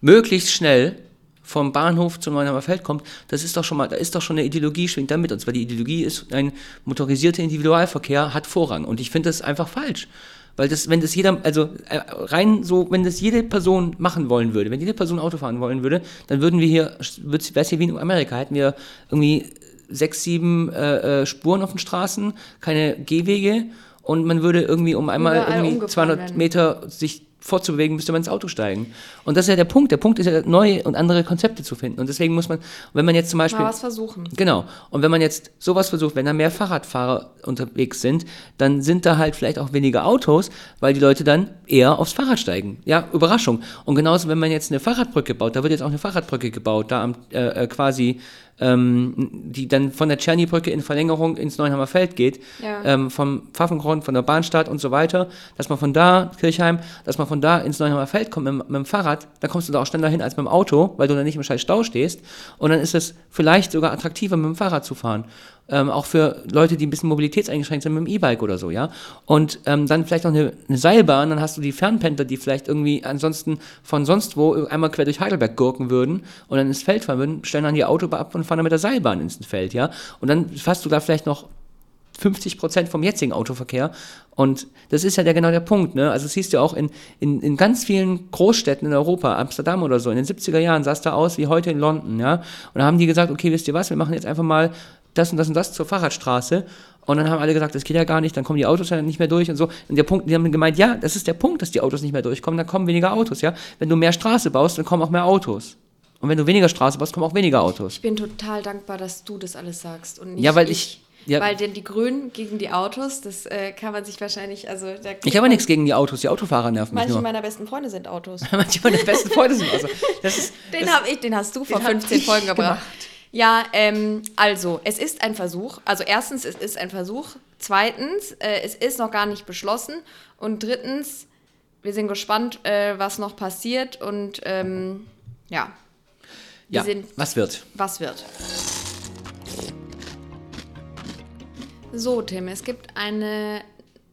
möglichst schnell vom Bahnhof zum Neuenheimer Feld kommt, das ist doch schon mal, da ist doch schon eine Ideologie, schwingt da mit uns, weil die Ideologie ist, ein motorisierter Individualverkehr hat Vorrang. Und ich finde das einfach falsch. Weil das, wenn das jeder, also äh, rein so, wenn das jede Person machen wollen würde, wenn jede Person Auto fahren wollen würde, dann würden wir hier, wird's- wär's hier wie in Amerika, hätten wir irgendwie sechs, sieben äh, äh, Spuren auf den Straßen, keine Gehwege und man würde irgendwie, um einmal Überall irgendwie umgefahren 200 werden. Meter sich fortzubewegen, müsste man ins Auto steigen. Und das ist ja der Punkt. Der Punkt ist ja, neue und andere Konzepte zu finden. Und deswegen muss man, wenn man jetzt zum Beispiel... Mal was versuchen. Genau. Und wenn man jetzt sowas versucht, wenn da mehr Fahrradfahrer unterwegs sind, dann sind da halt vielleicht auch weniger Autos, weil die Leute dann eher aufs Fahrrad steigen. Ja, Überraschung. Und genauso, wenn man jetzt eine Fahrradbrücke baut, da wird jetzt auch eine Fahrradbrücke gebaut, da am, äh, äh, quasi, ähm, die dann von der Tscherni-Brücke in Verlängerung ins Neuenheimer Feld geht, Ja. ähm, vom Pfaffengrund, von der Bahnstadt und so weiter, dass man von da, Kirchheim, dass man von da ins Neuenheimer Feld kommt mit, dem- mit dem Fahrrad, da kommst du da auch schneller hin als mit dem Auto, weil du dann nicht im scheiß Stau stehst. Und dann ist es vielleicht sogar attraktiver, mit dem Fahrrad zu fahren. Ähm, auch für Leute, die ein bisschen mobilitätseingeschränkt sind mit dem E-Bike oder so, ja. Und ähm, dann vielleicht noch eine, eine Seilbahn, dann hast du die Fernpendler, die vielleicht irgendwie ansonsten von sonst wo einmal quer durch Heidelberg gurken würden und dann ins Feld fahren würden, stellen dann die Autobahn ab und fahren dann mit der Seilbahn ins Feld, ja. Und dann hast du da vielleicht noch 50 Prozent vom jetzigen Autoverkehr. Und das ist ja der, genau der Punkt. Ne? Also, das siehst du auch in, in, in ganz vielen Großstädten in Europa, Amsterdam oder so, in den 70er Jahren sah es da aus wie heute in London. ja. Und da haben die gesagt: Okay, wisst ihr was, wir machen jetzt einfach mal das und das und das zur Fahrradstraße. Und dann haben alle gesagt, das geht ja gar nicht, dann kommen die Autos ja nicht mehr durch und so. Und der Punkt, die haben gemeint, ja, das ist der Punkt, dass die Autos nicht mehr durchkommen, dann kommen weniger Autos, ja. Wenn du mehr Straße baust, dann kommen auch mehr Autos. Und wenn du weniger Straße baust, kommen auch weniger Autos. Ich bin total dankbar, dass du das alles sagst und nicht Ja, weil ich- ja. Weil denn die Grünen gegen die Autos, das äh, kann man sich wahrscheinlich, also da Ich habe ja nichts gegen die Autos, die Autofahrer nerven mich Manche nur. meiner besten Freunde sind Autos. Manche meiner besten Freunde sind also. Das ist, Den das, habe ich, den hast du vor den hab 15 ich Folgen gebracht. Ja, ähm, also, es ist ein Versuch. Also erstens, es ist ein Versuch. Zweitens, äh, es ist noch gar nicht beschlossen. Und drittens, wir sind gespannt, äh, was noch passiert und ähm, ja, ja, sind- was wird? was wird. So, Tim, es gibt eine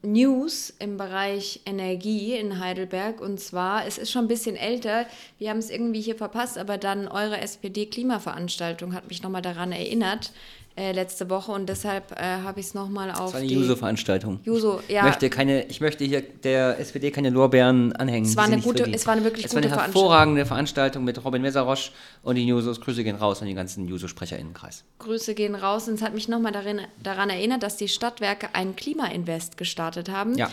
News im Bereich Energie in Heidelberg und zwar, es ist schon ein bisschen älter, wir haben es irgendwie hier verpasst, aber dann eure SPD-Klimaveranstaltung hat mich nochmal daran erinnert äh, letzte Woche und deshalb äh, habe ich es nochmal auf Das war eine die- Juso-Veranstaltung. Juso, Ich ja. möchte, keine, ich möchte hier der SPD keine Lorbeeren anhängen. Es war die sie eine nicht gute- verdient. es war eine wirklich es war eine gute hervorragende Veranstaltung mit Robin Weserosch und den Jusos. Grüße gehen raus an den ganzen Juso-SprecherInnenkreis. Grüße gehen raus. Und es hat mich nochmal darin, daran erinnert, dass die Stadtwerke ein Klimainvest gestartet haben. Ja.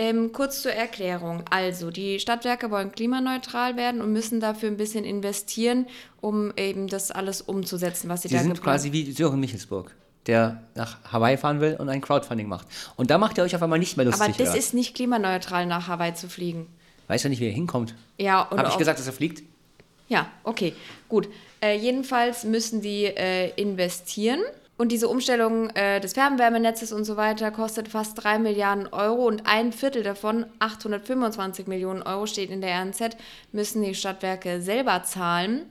Ähm, kurz zur Erklärung. Also, die Stadtwerke wollen klimaneutral werden und müssen dafür ein bisschen investieren, um eben das alles umzusetzen, was sie Die da sind geplant- quasi wie Sören Michelsburg, der nach Hawaii fahren will und ein Crowdfunding macht. Und da macht ihr euch auf einmal nicht mehr lustig. Aber das oder? ist nicht klimaneutral, nach Hawaii zu fliegen. Weißt du nicht, wie er hinkommt? Ja, und Habe ich auch- gesagt, dass er fliegt? Ja, okay, gut. Äh, jedenfalls müssen die äh, investieren. Und diese Umstellung äh, des Fernwärmenetzes und so weiter kostet fast 3 Milliarden Euro und ein Viertel davon, 825 Millionen Euro, steht in der RNZ, müssen die Stadtwerke selber zahlen.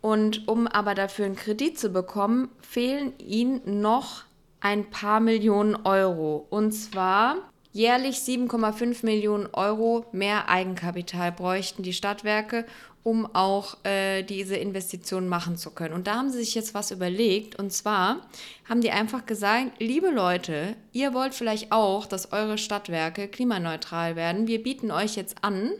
Und um aber dafür einen Kredit zu bekommen, fehlen ihnen noch ein paar Millionen Euro. Und zwar jährlich 7,5 Millionen Euro mehr Eigenkapital bräuchten die Stadtwerke, um auch äh, diese Investitionen machen zu können. Und da haben sie sich jetzt was überlegt. Und zwar haben die einfach gesagt, liebe Leute, ihr wollt vielleicht auch, dass eure Stadtwerke klimaneutral werden. Wir bieten euch jetzt an,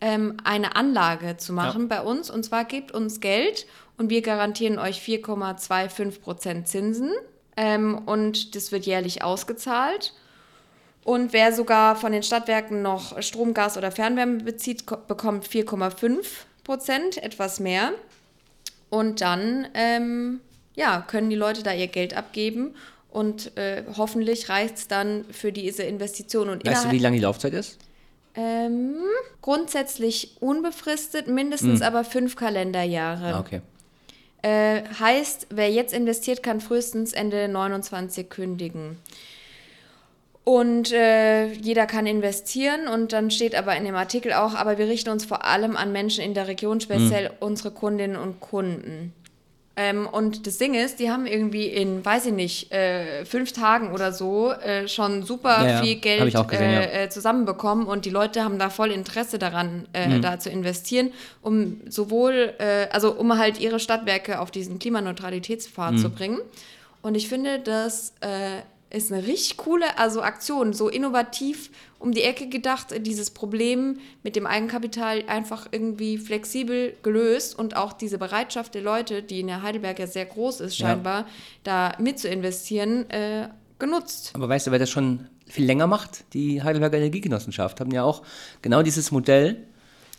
ähm, eine Anlage zu machen bei uns. Und zwar gebt uns Geld und wir garantieren euch 4,25 Prozent Zinsen. Ähm, und das wird jährlich ausgezahlt. Und wer sogar von den Stadtwerken noch Strom, Gas oder Fernwärme bezieht, ko- bekommt 4,5 Prozent, etwas mehr. Und dann ähm, ja, können die Leute da ihr Geld abgeben. Und äh, hoffentlich reicht es dann für diese Investition. Und Weißt du, innerhalb- wie lange die Laufzeit ist? ähm, grundsätzlich unbefristet, mindestens aber fünf Kalenderjahre. Ah, Hm. okay. Äh, heißt, wer jetzt investiert, kann frühestens Ende 29 kündigen. Und äh, jeder kann investieren und dann steht aber in dem Artikel auch, Hm. aber wir richten uns vor allem an Menschen in der Region, speziell unsere Kundinnen und Kunden. Ähm, und das Ding ist, die haben irgendwie in, weiß ich nicht, äh, fünf Tagen oder so äh, schon super Ja, ja. viel Hab Geld ich auch gesehen, äh, ja. äh, zusammenbekommen und die Leute haben da voll Interesse daran, äh, da zu investieren, um sowohl, äh, also um halt ihre Stadtwerke auf diesen Klimaneutralitätspfad zu bringen. Und ich finde, das äh, ist eine richtig coole also Aktion, so innovativ um die Ecke gedacht, äh, dieses Problem mit dem Eigenkapital einfach irgendwie flexibel gelöst und auch diese Bereitschaft der Leute, die in der Heidelberg ja sehr groß ist Ja. scheinbar, da mit zu investieren, äh, genutzt. Aber weißt du, wer das schon viel länger macht? Die Heidelberger Energiegenossenschaft haben ja auch genau dieses Modell,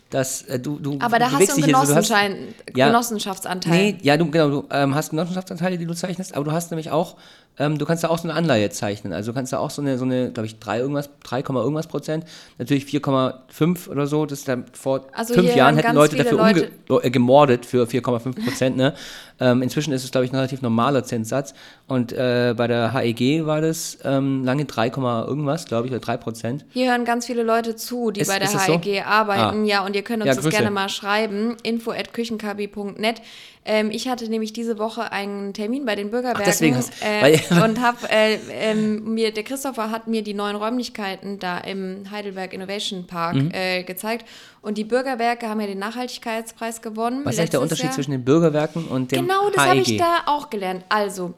dass äh, du, du Aber da hast du bewegst einen dich hier so, du hast- Genossenschein, Ja. Genossenschaftsanteil. Nee, ja, du, genau, du ähm, hast Genossenschaftsanteile, die du zeichnest, aber du hast nämlich auch, ähm, du kannst da auch so eine Anleihe zeichnen. Also du kannst da auch so eine, so eine glaube ich, 3 irgendwas, 3, Komma irgendwas Prozent, natürlich 4,5 oder so, das ist dann vor Also fünf hier Jahren haben hätten ganz Leute viele dafür umge äh, gemordet für 4,5 Prozent. Ne? ähm, inzwischen ist es, glaube ich, ein relativ normaler Zinssatz. Und äh, bei der HEG war das ähm, lange 3, Komma irgendwas, glaube ich, oder 3 Prozent. Hier hören ganz viele Leute zu, die Ist- bei der ist das so? HEG arbeiten. Ah. Ja, und ihr könnt uns Ja, das Grüße. gerne mal schreiben. info at küchenkabi.net. Ähm, ich hatte nämlich diese Woche einen Termin bei den Bürgerwerken. deswegen hast- äh, weil- und hab, äh, ähm, mir, der Christopher hat mir die neuen Räumlichkeiten da im Heidelberg Innovation Park Mhm. äh, gezeigt. Und die Bürgerwerke haben ja den Nachhaltigkeitspreis gewonnen. Was ist eigentlich letztes der Unterschied Jahr. zwischen den Bürgerwerken und dem E Genau, das HEG? habe ich da auch gelernt. Also,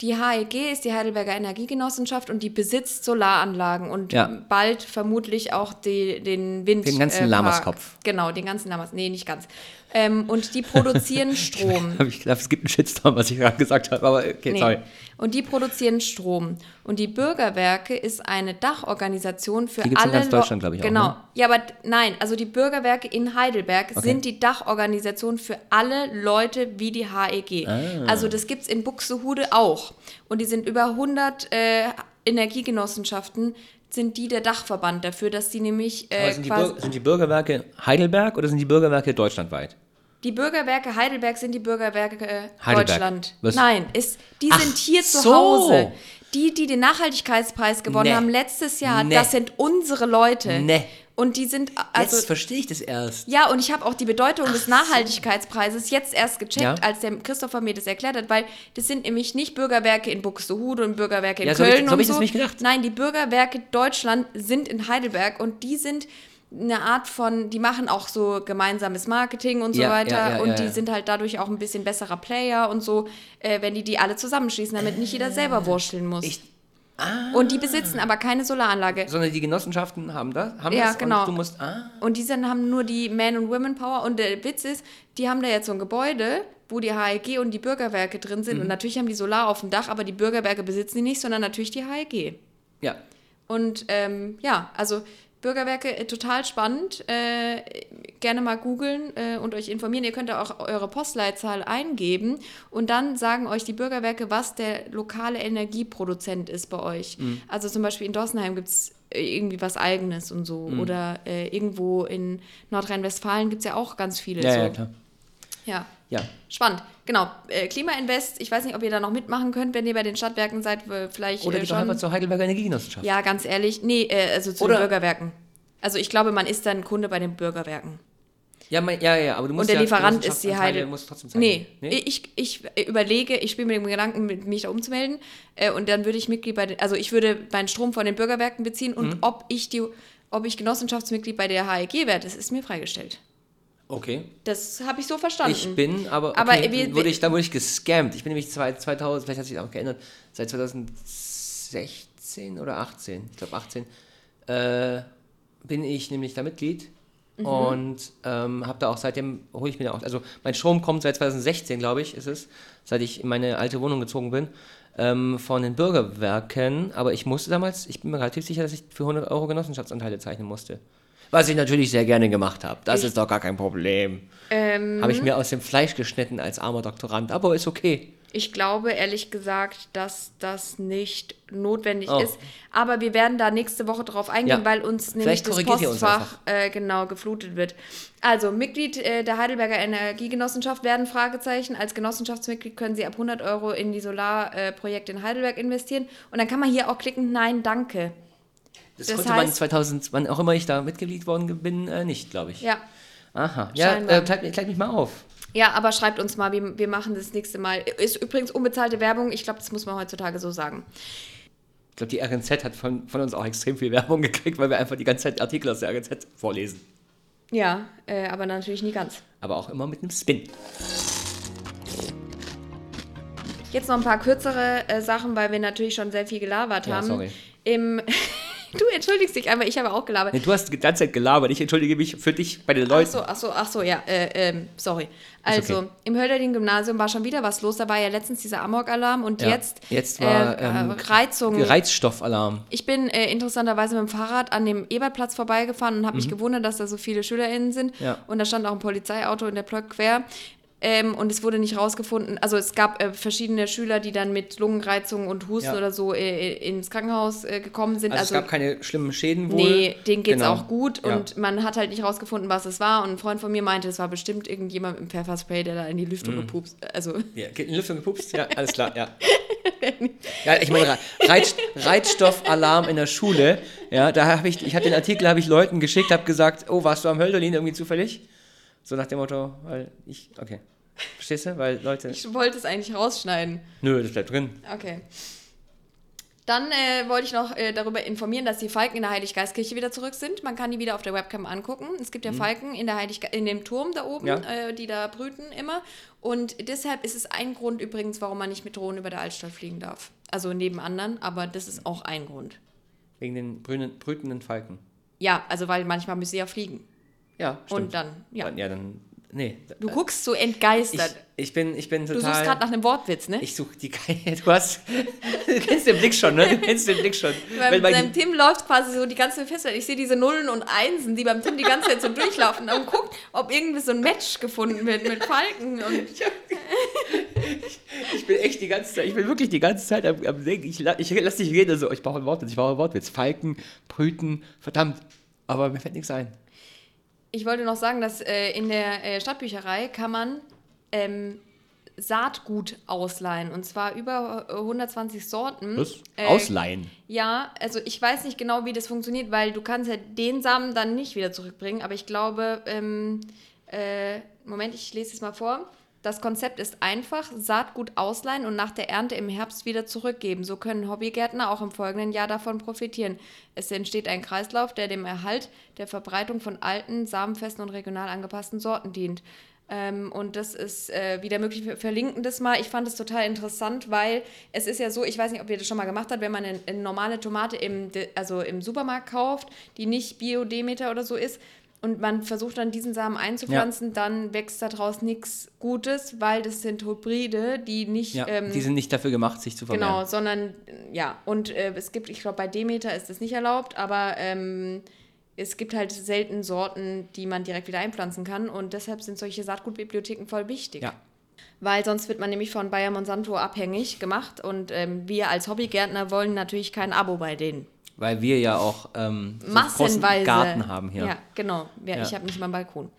die HEG ist die Heidelberger Energiegenossenschaft und die besitzt Solaranlagen und Ja. bald vermutlich auch die, den Wind. Den ganzen äh, Park. Lamaskopf. Genau, den ganzen Lamas. Nee, nicht ganz. Ähm, und die produzieren Strom. Hab ich gedacht, es gibt einen Shitstorm, was ich gerade gesagt habe, aber okay, Nee. sorry. Und die produzieren Strom. Und die Bürgerwerke ist eine Dachorganisation für Die gibt's in alle. ganz Lo- Deutschland, glaub ich, auch, Genau. ne? Ja, aber d- nein, also die Bürgerwerke in Heidelberg sind die Dachorganisation für alle Leute wie die HEG. Ah. Also das gibt es in Buxtehude auch. Und die sind über 100 äh, Energiegenossenschaften, sind die der Dachverband dafür, dass die nämlich äh, Aber sind, die quasi. Bürger- sind die Bürgerwerke Heidelberg oder sind die Bürgerwerke deutschlandweit? Die Bürgerwerke Heidelberg sind die Bürgerwerke äh, Heidelberg. Deutschland. Was? Nein, ist, die Ach sind hier zu so. Hause. Die, die den Nachhaltigkeitspreis gewonnen Nee. haben letztes Jahr, Nee. das sind unsere Leute. Nee. Und die sind also verstehe ich das erst. ja, und ich habe auch die Bedeutung des Nachhaltigkeitspreises jetzt erst gecheckt, Ja. als der Christopher mir das erklärt hat, weil das sind nämlich nicht Bürgerwerke in Buxtehude und Bürgerwerke in Ja, so hab ich- Köln so hab und ich das nicht gedacht. Nein, die Bürgerwerke Deutschland sind in Heidelberg und die sind eine Art von, die machen auch so gemeinsames Marketing und so Ja, ja, weiter ja, und ja, die ja. sind halt dadurch auch ein bisschen besserer Player und so, äh, wenn die die alle zusammenschließen, damit nicht jeder Ah. selber wurschteln muss. und die besitzen aber keine Solaranlage. Sondern die Genossenschaften haben das, haben Ja, das genau. und du musst, ah, Und die sind, haben nur die Man- und Women-Power. Und der Witz ist, die haben da jetzt so ein Gebäude, wo die HEG und die Bürgerwerke drin Mhm. sind. Und natürlich haben die Solar auf dem Dach, aber die Bürgerwerke besitzen die nicht, sondern natürlich die HEG. ja. Und ähm, ja, also Bürgerwerke äh, total spannend. Äh, gerne mal googeln äh, und euch informieren. Ihr könnt da auch eure Postleitzahl eingeben und dann sagen euch die Bürgerwerke, was der lokale Energieproduzent ist bei euch. Mhm. Also zum Beispiel in Dossenheim gibt es irgendwie was Eigenes und Mhm. so. Oder äh, irgendwo in Nordrhein-Westfalen gibt es ja auch ganz viele. Ja, so. ja, klar. ja. Ja. Spannend, genau. Äh, Klimainvest, ich weiß nicht, ob ihr da noch mitmachen könnt, wenn ihr bei den Stadtwerken seid, w- vielleicht Oder äh, geht doch schon. einfach zur Heidelberger Energiegenossenschaft. Ja, ganz ehrlich, nee, äh, also zu Oder- den Bürgerwerken. Also ich glaube, man ist dann Kunde bei den Bürgerwerken. Ja, mein, ja, ja, aber du musst Und der ja Lieferant ist die Genossenschaftsanteile Heidel. musst du trotzdem zeigen. Nee, ich, ich überlege, ich spiele mit dem Gedanken, mit- mich da umzumelden. Äh, und dann würde ich Mitglied bei den, also ich würde meinen Strom von den Bürgerwerken beziehen Mhm. und ob ich die, ob ich Genossenschaftsmitglied bei der HEG werde, das ist mir freigestellt. Okay. Das habe ich so verstanden. Ich bin, aber, okay, Aber aber wir- wurde ich, dann wurde ich gescammt. Ich bin nämlich zwei- 2000, vielleicht hat sich das auch geändert, seit 2016 oder 18, ich glaube 18, äh, bin ich nämlich da Mitglied Mhm. und ähm, habe da auch seitdem, hole ich mir da auch, also mein Strom kommt seit 2016, glaube ich, ist es, seit ich in meine alte Wohnung gezogen bin, ähm, von den Bürgerwerken, aber ich musste damals, ich bin mir relativ sicher, dass ich für 100 Euro Genossenschaftsanteile zeichnen musste. Was ich natürlich sehr gerne gemacht habe. Das ist doch gar kein Problem. Habe Mhm. ich mir aus dem Fleisch geschnitten als armer Doktorand, aber ist okay. Ich glaube ehrlich gesagt, dass das nicht notwendig Oh. ist. Aber wir werden da nächste Woche drauf eingehen, Ja. weil uns nämlich Vielleicht das korrigiert ihr uns Postfach äh, genau geflutet wird. Also Mitglied äh, der Heidelberger Energiegenossenschaft werden Fragezeichen. Als Genossenschaftsmitglied können Sie ab 100 Euro in die Solarprojekte äh, Projekte in Heidelberg investieren. Und dann kann man hier auch klicken, nein, danke. Das, Das konnte man heißt- 2000, wann auch immer ich da mitgeliebt worden bin, äh, nicht, glaube ich. Ja, Aha. Ja, Scheinbar. äh, klärt mich mal auf. Ja, aber schreibt uns mal, wir, wir machen das nächste Mal. Ist übrigens unbezahlte Werbung. Ich glaube, das muss man heutzutage so sagen. Ich glaube, die RNZ hat von, von uns auch extrem viel Werbung gekriegt, weil wir einfach die ganze Zeit Artikel aus der RNZ vorlesen. Ja, äh, aber natürlich nie ganz. Aber auch immer mit einem Spin. Jetzt noch ein paar kürzere äh, Sachen, weil wir natürlich schon sehr viel gelabert Ja, haben. sorry. Im du entschuldigst dich einmal, ich habe auch gelabert. Nee, du hast die ganze Zeit gelabert. Ich entschuldige mich für dich bei den Leuten. Achso, achso, achso, ja, äh, ähm, sorry. Ist Also, okay. im Hölderlin-Gymnasium war schon wieder was los. Da war ja letztens dieser Amok-Alarm und Ja, jetzt, jetzt war, äh, ähm, äh, Reizung. Reizstoffalarm. ich bin äh, interessanterweise mit dem Fahrrad an dem Ebertplatz vorbeigefahren und habe mich gewundert, dass da so viele SchülerInnen sind. Mhm. Ja. Und da stand auch ein Polizeiauto in der Plöck quer. Ähm, und es wurde nicht rausgefunden. Also es gab äh, verschiedene Schüler, die dann mit Lungenreizungen und Husten Ja. oder so äh, ins Krankenhaus äh, gekommen sind. Also, es gab keine schlimmen Schäden wohl. Nee, denen geht's Genau. auch gut Ja. und man hat halt nicht rausgefunden, was es war. Und ein Freund von mir meinte, es war bestimmt irgendjemand mit dem Pfefferspray, der da in die Mhm. Lüftung gepupst. Also, Ja, geht in die Lüftung gepupst? Ja, alles klar, ja. Ja, ich meine, Re- Reiz, Reizstoffalarm in der Schule. Ja, da habe ich, ich habe den Artikel habe ich Leuten geschickt, habe gesagt, oh, warst du am Hölderlin irgendwie zufällig? So nach dem Motto, weil ich, okay. Verstehst du? Weil Leute, ich wollte es eigentlich rausschneiden. nö, das bleibt drin. Okay. Dann äh, wollte ich noch äh, darüber informieren, dass die Falken in der Heiliggeistkirche wieder zurück sind. Man kann die wieder auf der Webcam angucken. Es gibt ja Falken in, der Heilig in dem Turm da oben, Mhm. Ja. äh, die da brüten immer. Und deshalb ist es ein Grund übrigens, warum man nicht mit Drohnen über der Altstadt fliegen darf. Also neben anderen, aber das ist auch ein Grund. Wegen den brünen, brütenden Falken. Ja, also weil manchmal müssen sie ja fliegen. Ja, stimmt. Und dann, ja. Ja, dann, nee. Du guckst so Äh, Ich, entgeistert. ich bin, ich bin du suchst total... gerade nach einem Wortwitz, ne? ich suche die keine. Du hast. Du kennst den Blick schon, ne? Du kennst den Blick schon. beim, Wenn man- beim Tim läuft quasi so die ganze Zeit fest. weil Ich sehe diese Nullen und Einsen, die beim Tim die ganze Zeit so durchlaufen und guckt, ob irgendwie so ein Match gefunden wird mit Falken. Und Ich bin echt die ganze Zeit, ich bin wirklich die ganze Zeit am, am Denken. Ich, la- ich lass dich reden, also ich brauche ein Wortwitz, ich brauche ein Wortwitz. Falken, Brüten, verdammt. Aber mir fällt nichts ein. ich wollte noch sagen, dass äh, in der äh, Stadtbücherei kann man ähm, Saatgut ausleihen. Und zwar über äh, 120 Sorten. Äh, Ausleihen. Ja, also ich weiß nicht genau, wie das funktioniert, weil du kannst ja den Samen dann nicht wieder zurückbringen. Aber ich glaube, ähm, äh, Moment, ich lese es mal vor. Das Konzept ist einfach, Saatgut ausleihen und nach der Ernte im Herbst wieder zurückgeben. So können Hobbygärtner auch im folgenden Jahr davon profitieren. Es entsteht ein Kreislauf, der dem Erhalt der Verbreitung von alten, samenfesten und regional angepassten Sorten dient. Ähm, und das ist äh, wieder möglich. Wir verlinken das mal. Ich fand es total interessant, weil es ist ja so, ich weiß nicht, ob ihr das schon mal gemacht habt, wenn man eine, eine normale Tomate im, De- also im Supermarkt kauft, die nicht Bio-Demeter oder so ist, und man versucht dann diesen Samen einzupflanzen, dann wächst daraus nichts Gutes, weil das sind Hybride, die nicht. Ja, ähm, die sind nicht dafür gemacht, sich zu vermehren. Genau, sondern äh, ja, und äh, es gibt, ich glaube, bei Demeter ist das nicht erlaubt, aber ähm, es gibt halt selten Sorten, die man direkt wieder einpflanzen kann und deshalb sind solche Saatgutbibliotheken voll wichtig. Ja. Weil sonst wird man nämlich von Bayer Monsanto abhängig gemacht und ähm, wir als Hobbygärtner wollen natürlich kein Abo bei denen. Weil wir ja auch ähm, so einen großen Massenweise. Garten haben hier. Ja, genau. Ja, Ja. Ich habe nicht mal einen Balkon.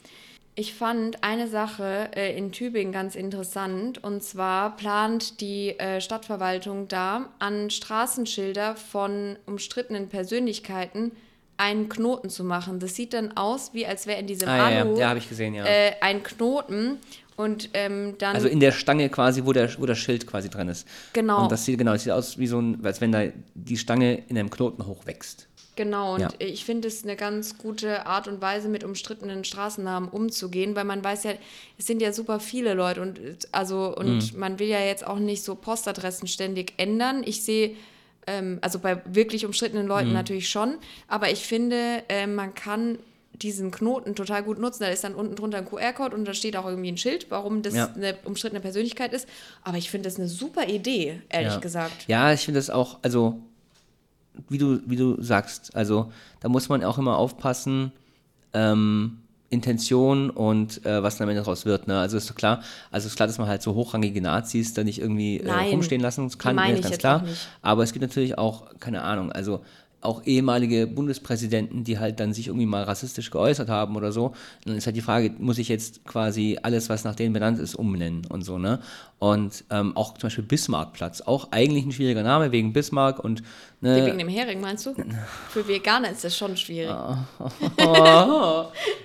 Ich fand eine Sache äh, in Tübingen ganz interessant und zwar plant die äh, Stadtverwaltung da an Straßenschilder von umstrittenen Persönlichkeiten einen Knoten zu machen. Das sieht dann aus, wie als wäre in diesem Ah, ja, ja, Alu ja habe ich gesehen, ja. äh, ein Knoten und ähm, dann also in der Stange quasi, wo, der, wo das Schild quasi dran ist. Genau. Und das sieht, genau, das sieht aus wie so ein, als wenn da die Stange in einem Knoten hochwächst. Genau, und Ja. ich finde es eine ganz gute Art und Weise, mit umstrittenen Straßennamen umzugehen, weil man weiß ja, es sind ja super viele Leute und äh, also Mhm. und man will ja jetzt auch nicht so Postadressen ständig ändern. Ich sehe, ähm, also bei wirklich umstrittenen Leuten Mhm. natürlich schon, aber ich finde, äh, man kann diesen Knoten total gut nutzen. Da ist dann unten drunter ein QR-Code und da steht auch irgendwie ein Schild, warum das Ja. eine umstrittene Persönlichkeit ist. Aber ich finde das eine super Idee, ehrlich ja. gesagt. Ja, ich finde das auch, also wie du, wie du sagst, also da muss man auch immer aufpassen, ähm, Intention und äh, was dann am Ende daraus wird. Ne? Also ist doch klar, also ist klar, dass man halt so hochrangige Nazis da nicht irgendwie äh, Nein, rumstehen lassen kann, meine nee, ich ist ganz jetzt auch klar. nicht. Aber es gibt natürlich auch, keine Ahnung, also auch ehemalige Bundespräsidenten, die halt dann sich irgendwie mal rassistisch geäußert haben oder so. Dann ist halt die Frage, muss ich jetzt quasi alles, was nach denen benannt ist, umbenennen und so, ne? Und ähm, auch zum Beispiel Bismarckplatz, auch eigentlich ein schwieriger Name wegen Bismarck und ne, Äh. Wegen dem Hering, meinst du? Für Veganer ist das schon schwierig.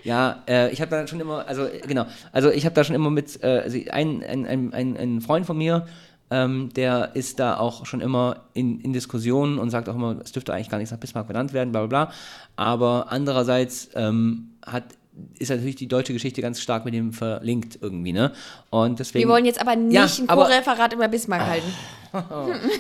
Ja, äh, ich habe da schon immer, also äh, genau, also ich habe da schon immer mit, äh, also ein, ein, ein, ein, ein Freund von mir, ähm, der ist da auch schon immer in, in Diskussionen und sagt auch immer, es dürfte eigentlich gar nichts nach Bismarck benannt werden, bla bla bla. Aber andererseits ähm, hat, ist natürlich die deutsche Geschichte ganz stark mit dem verlinkt irgendwie, ne? Und deswegen. Wir wollen jetzt aber nicht Ja, ein aber- Ah, Co-Referat über Bismarck halten.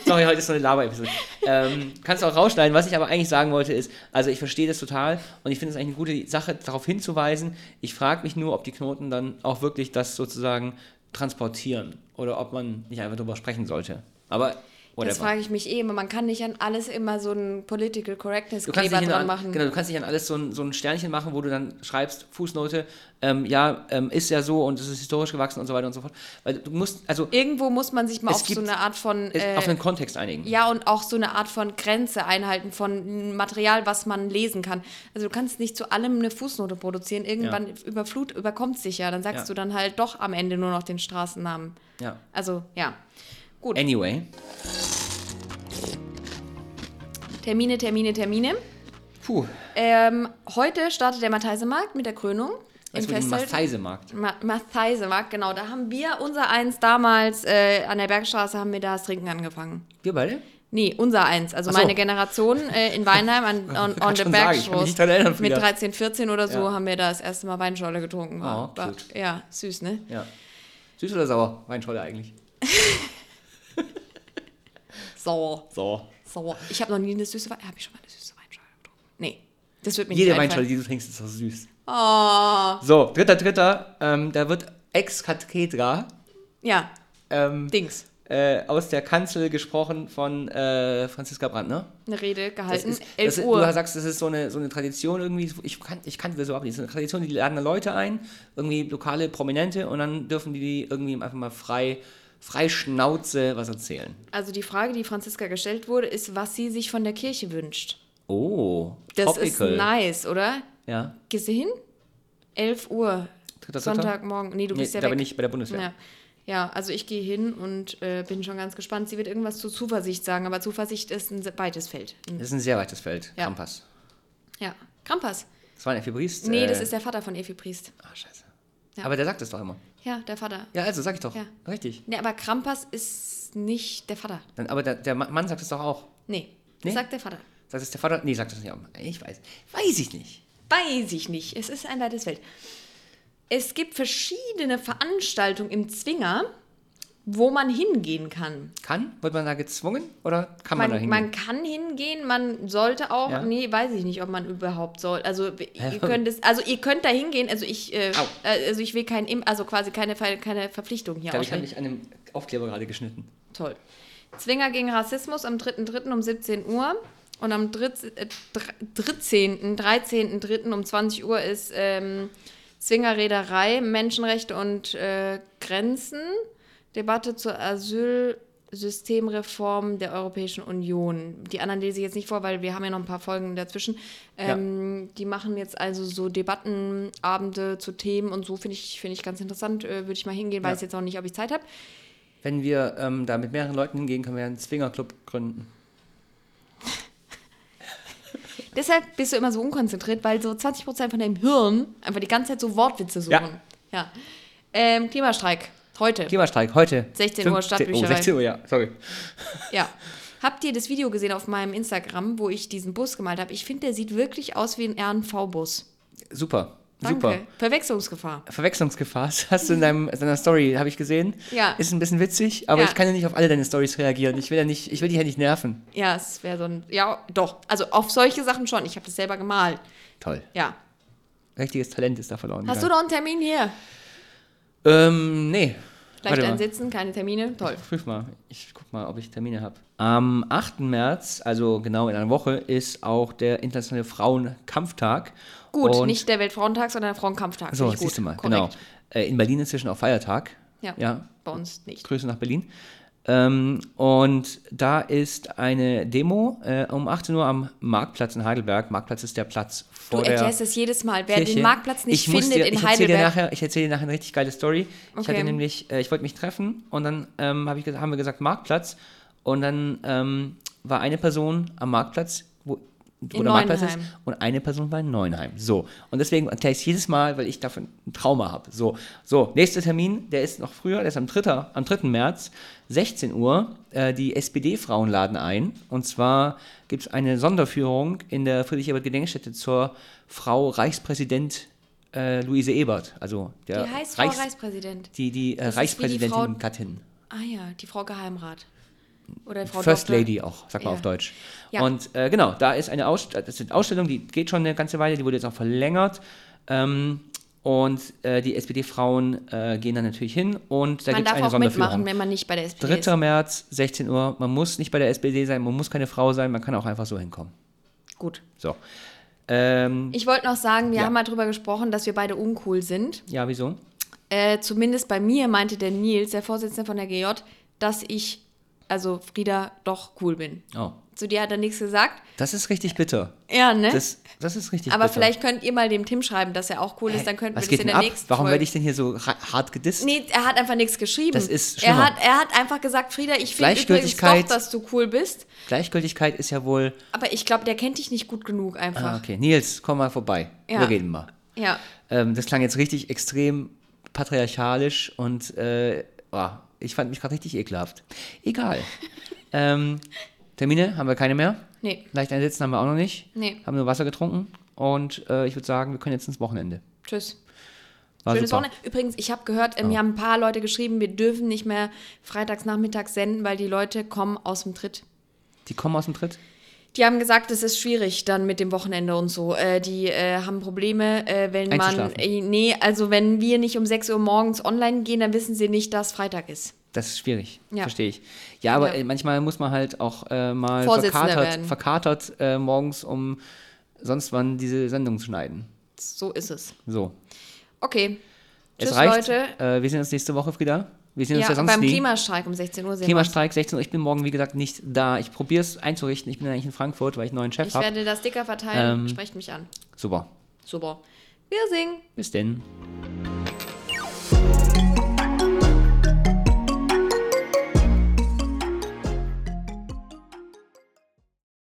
Sorry, heute ist so eine Laber-Episode. Ähm, kannst du auch rausschneiden. Was ich aber eigentlich sagen wollte ist, also ich verstehe das total und ich finde es eigentlich eine gute Sache, darauf hinzuweisen. Ich frage mich nur, ob die Knoten dann auch wirklich das sozusagen transportieren oder ob man nicht einfach darüber sprechen sollte. Aber whatever. Das frage ich mich eh immer. Man kann nicht an alles immer so einen Political Du kannst, Correctness-Kleber nicht dran an, machen. genau, du kannst nicht an alles so ein, so ein Sternchen machen, wo du dann schreibst, Fußnote, ähm, ja, ähm, ist ja so und es ist historisch gewachsen und so weiter und so fort. Weil du musst, also Irgendwo muss man sich mal Es auf so gibt- eine Art von. es- Äh, auf einen Kontext einigen. ja, und auch so eine Art von Grenze einhalten, von Material, was man lesen kann. Also du kannst nicht zu allem eine Fußnote produzieren. Irgendwann überflut, überkommt sich ja. Dann sagst Ja. du dann halt doch am Ende nur noch den Straßennamen. ja. Also, ja. Gut. Anyway. Termine, Termine, Termine. Puh. Ähm, heute startet der Matheisemarkt mit der Krönung. Das mit dem Matheisemarkt. Ma Matheisemarkt, genau. Da haben wir, unser Eins damals, äh, an der Bergstraße haben wir da das Trinken angefangen. Wir beide? Nee, unser Eins, also Ach so. meine Generation äh, in Weinheim an, on, on Kann the schon sagen, ich kann mich Bergstraße. nicht dran erinnern, Mit Frieda. 13, 14 oder so Ja. haben wir da das erste Mal Weinschorle getrunken. War, Oh, war, cute. ja, süß, ne? Ja. Süß oder sauer? Weinschorle eigentlich. Sauer, Sauer. sauer. Ich habe noch nie eine süße Weinschorle. Habe ich schon mal eine süße Weinschorle getrunken? Nee, das wird mir Jede nicht einfallen. Weinschorle, die du trinkst, ist doch süß. Oh, So, dritter, dritter, ähm, da wird ex cathedra ja, ähm, Dings. äh, aus der Kanzel gesprochen von äh, Franziska Brandner. Eine Rede Das gehalten, ist, das 11 ist, Halt Uhr. Du sagst, das ist so eine, so eine Tradition irgendwie. Ich, kan ich kannte das überhaupt nicht. Das ist eine Tradition, die laden da Leute ein, irgendwie lokale Prominente und dann dürfen die, die irgendwie einfach mal frei, frei Schnauze was erzählen. Also die Frage, die Franziska gestellt wurde, ist, was sie sich von der Kirche wünscht. Oh, Das topical. ist nice, oder? Ja, Gehst du hin? 11 Uhr, dritter, dritter. Sonntagmorgen. Nee, du Nee, bist ja da weg. bin ich bei der Bundeswehr. ja. ja, also ich gehe hin und äh, bin schon ganz gespannt. Sie wird irgendwas zu Zuversicht sagen, aber Zuversicht ist ein weites Feld. Das ist ein sehr weites Feld, Ja. Krampas. Ja, Krampas. Das war ein Ephebrist. Nee, äh, das ist der Vater von Evi Priest. Ah, scheiße. Ja. Aber der sagt es doch immer. Ja, der Vater. Ja, also sag ich doch. Ja. Richtig. Nee, aber Krampas ist nicht der Vater. Dann, aber der, der Ma- Mann sagt es doch auch. Nee, Nee? sagt der Vater. Sagt es der Vater? Nee, sagt es nicht auch. Ich weiß. Weiß ich nicht. Weiß ich nicht. Es ist ein weites Feld. Es gibt verschiedene Veranstaltungen im Zwinger, wo man hingehen kann. Kann? Wird man da gezwungen? Oder kann man, da Man, hingehen? man kann hingehen, man sollte auch. Ja. Nee, weiß ich nicht, ob man überhaupt soll. Also ihr könnt es, also ihr könnt da hingehen. Also ich, äh, Au. äh, also ich will kein, Im- also quasi keine, Ver- keine Verpflichtung hier ich halt glaube, ich habe aussprechen. mich an einem Aufkleber gerade geschnitten. Toll. Zwinger gegen Rassismus am 3.3. um 17 Uhr. Und am 13. äh, dr- 13., 13.3. um 20 Uhr ist ähm, Zwinger Reederei, Menschenrechte und äh, Grenzen, Debatte zur Asylsystemreform der Europäischen Union. Die anderen lese ich jetzt nicht vor, weil wir haben ja noch ein paar Folgen dazwischen. Ja. Ähm, Die machen jetzt also so Debattenabende zu Themen und so finde ich, finde ich ganz interessant. Äh, Würde ich mal hingehen, Ja. weiß jetzt auch nicht, ob ich Zeit habe. Wenn wir ähm, da mit mehreren Leuten hingehen, können wir einen Zwingerclub gründen. Deshalb bist du immer so unkonzentriert, weil so 20% von deinem Hirn einfach die ganze Zeit so Wortwitze suchen. Ja. Ja. Ähm, Klimastreik. Heute. Klimastreik heute. 16 Fünf- Uhr Stadtbücherei. Oh, 16 Uhr, ja. Sorry. ja. Habt ihr das Video gesehen auf meinem Instagram, wo ich diesen Bus gemalt habe? Ich finde, der sieht wirklich aus wie ein RNV-Bus. Super. Danke. Super. Verwechslungsgefahr. Verwechslungsgefahr das hast du in deinem, in deiner Story, habe ich gesehen. Ja. Ist ein bisschen witzig, aber Ja. ich kann ja nicht auf alle deine Stories reagieren. Ich will ja nicht, ich will dich ja nicht nerven. Ja, es wäre so ein. Ja, doch. Also auf solche Sachen schon. Ich habe das selber gemalt. Toll. Ja. Richtiges Talent ist da verloren. Hast du noch einen Termin hier? du noch? Ähm, nee. Leicht Warte mal. einsitzen, keine Termine. Toll. Prüf mal. Ich guck mal, ob ich Termine habe. Am 8. März, also genau in einer Woche, ist auch der internationale Frauenkampftag. Gut, Und- nicht der Weltfrauentag, sondern der Frauenkampftag. So, Finde ich gut. siehst du mal, Korrekt. genau. Äh, in Berlin inzwischen auch Feiertag. Ja. ja. Bei uns nicht. Grüße nach Berlin. Ähm, und da ist eine Demo äh, um 18 Uhr am Marktplatz in Heidelberg. Marktplatz ist der Platz Du vor der erklärst es jedes Mal. Wer Kirche. den Marktplatz nicht muss findet dir, in ich erzähl Heidelberg. Dir nachher, ich erzähle dir nachher eine richtig geile Story. Ich Okay. hatte nämlich, äh, ich wollte mich treffen und dann ähm, hab ich, gesagt- haben wir gesagt Marktplatz und dann ähm, war eine Person am Marktplatz, wo oder Marktplatz ist. Neuenheim. Und eine Person war in Neuenheim. So. Und deswegen erkläre ich es jedes Mal, weil ich davon ein Trauma habe. So. So, nächster Termin, der ist noch früher, der ist am 3. Am 3. März, 16 Uhr. Äh, die SPD-Frauen laden ein. Und zwar gibt es eine Sonderführung in der Friedrich-Ebert-Gedenkstätte zur Frau Reichspräsident äh, Luise Ebert. Also der Die heißt Frau Reichspräsident. die, die äh, Das ist wie die Frau- Reichspräsidentin Gattin. Ah ja, die Frau Geheimrat. Oder die Frau First Doktor. Lady auch, sag mal Ja. auf Deutsch. Ja. Und äh, genau, da ist eine Ausst das ist eine Ausstellung, die geht schon eine ganze Weile, die wurde jetzt auch verlängert. Ähm, und äh, die SPD-Frauen äh, gehen dann natürlich hin und da Man gibt es darf eine auch mitmachen, Sonderführung. wenn man nicht bei der SPD 3. März, 16 Uhr. Man muss nicht bei der SPD sein, man muss keine Frau sein, man kann auch einfach so hinkommen. ist. Gut. So. Ähm, Ich wollte noch sagen, wir Ja. haben mal drüber gesprochen, dass wir beide uncool sind. ja, wieso? Äh, zumindest bei mir meinte der Nils, der Vorsitzende von der GJ, dass ich, also Frieda, doch cool bin. Oh, Zu dir hat er nichts gesagt. das ist richtig bitter. Ja, ne? Das, das ist richtig Aber bitter. vielleicht könnt ihr mal dem Tim schreiben, dass er auch cool ist, dann könnten wir Was das geht in der denn ab? nächsten Warum Folge. werde ich denn hier so ra- hart gedisst? Nee, er hat einfach nichts geschrieben. Das ist er schlimmer. hat, er hat einfach gesagt, Frieda, ich finde übrigens doch, Gleichgültigkeit. dass du cool bist. Gleichgültigkeit ist ja wohl Aber ich glaube, der kennt dich nicht gut genug einfach. Ah, okay. Nils, komm mal vorbei. Ja. Wir reden mal. Ja. Ähm, das klang jetzt richtig extrem patriarchalisch und äh, oh, ich fand mich gerade richtig ekelhaft. Egal. ähm, Termine haben wir keine mehr. Nee. Leicht einsitzen haben wir auch noch nicht. Nee. Haben nur Wasser getrunken und äh, ich würde sagen, wir können jetzt ins Wochenende. Tschüss. War Schönes super. Wochenende. Übrigens, ich habe gehört, äh, mir haben ein paar Leute geschrieben, wir dürfen nicht mehr freitags nachmittags senden, weil die Leute kommen aus dem Tritt. Die kommen aus dem Tritt. Die haben gesagt, es ist schwierig dann mit dem Wochenende und so. Äh, die äh, haben Probleme, äh, wenn man. Einzuschlafen. Äh, nee, also wenn wir nicht um 6 Uhr morgens online gehen, dann wissen sie nicht, dass Freitag ist. Das ist schwierig, Ja. verstehe ich. Ja, Ja. aber äh, manchmal muss man halt auch äh, mal Vorsitzender verkatert, werden. verkatert äh, morgens, um sonst wann diese Sendung zu schneiden. So ist es. So, Okay. Es Tschüss, reicht. Leute. Äh, wir sehen uns nächste Woche, Frieda. Wir sehen uns Ja, ja sonst beim nie. Klimastreik um 16 Uhr sehen Klimastreik 16 Uhr. Ich bin morgen, wie gesagt, nicht da. Ich probiere es einzurichten. Ich bin eigentlich in Frankfurt, weil ich einen neuen wir uns. Chef Ich habe. werde das Sticker verteilen. Ähm. Sprecht mich an. Super. Super. Wir singen. Bis denn.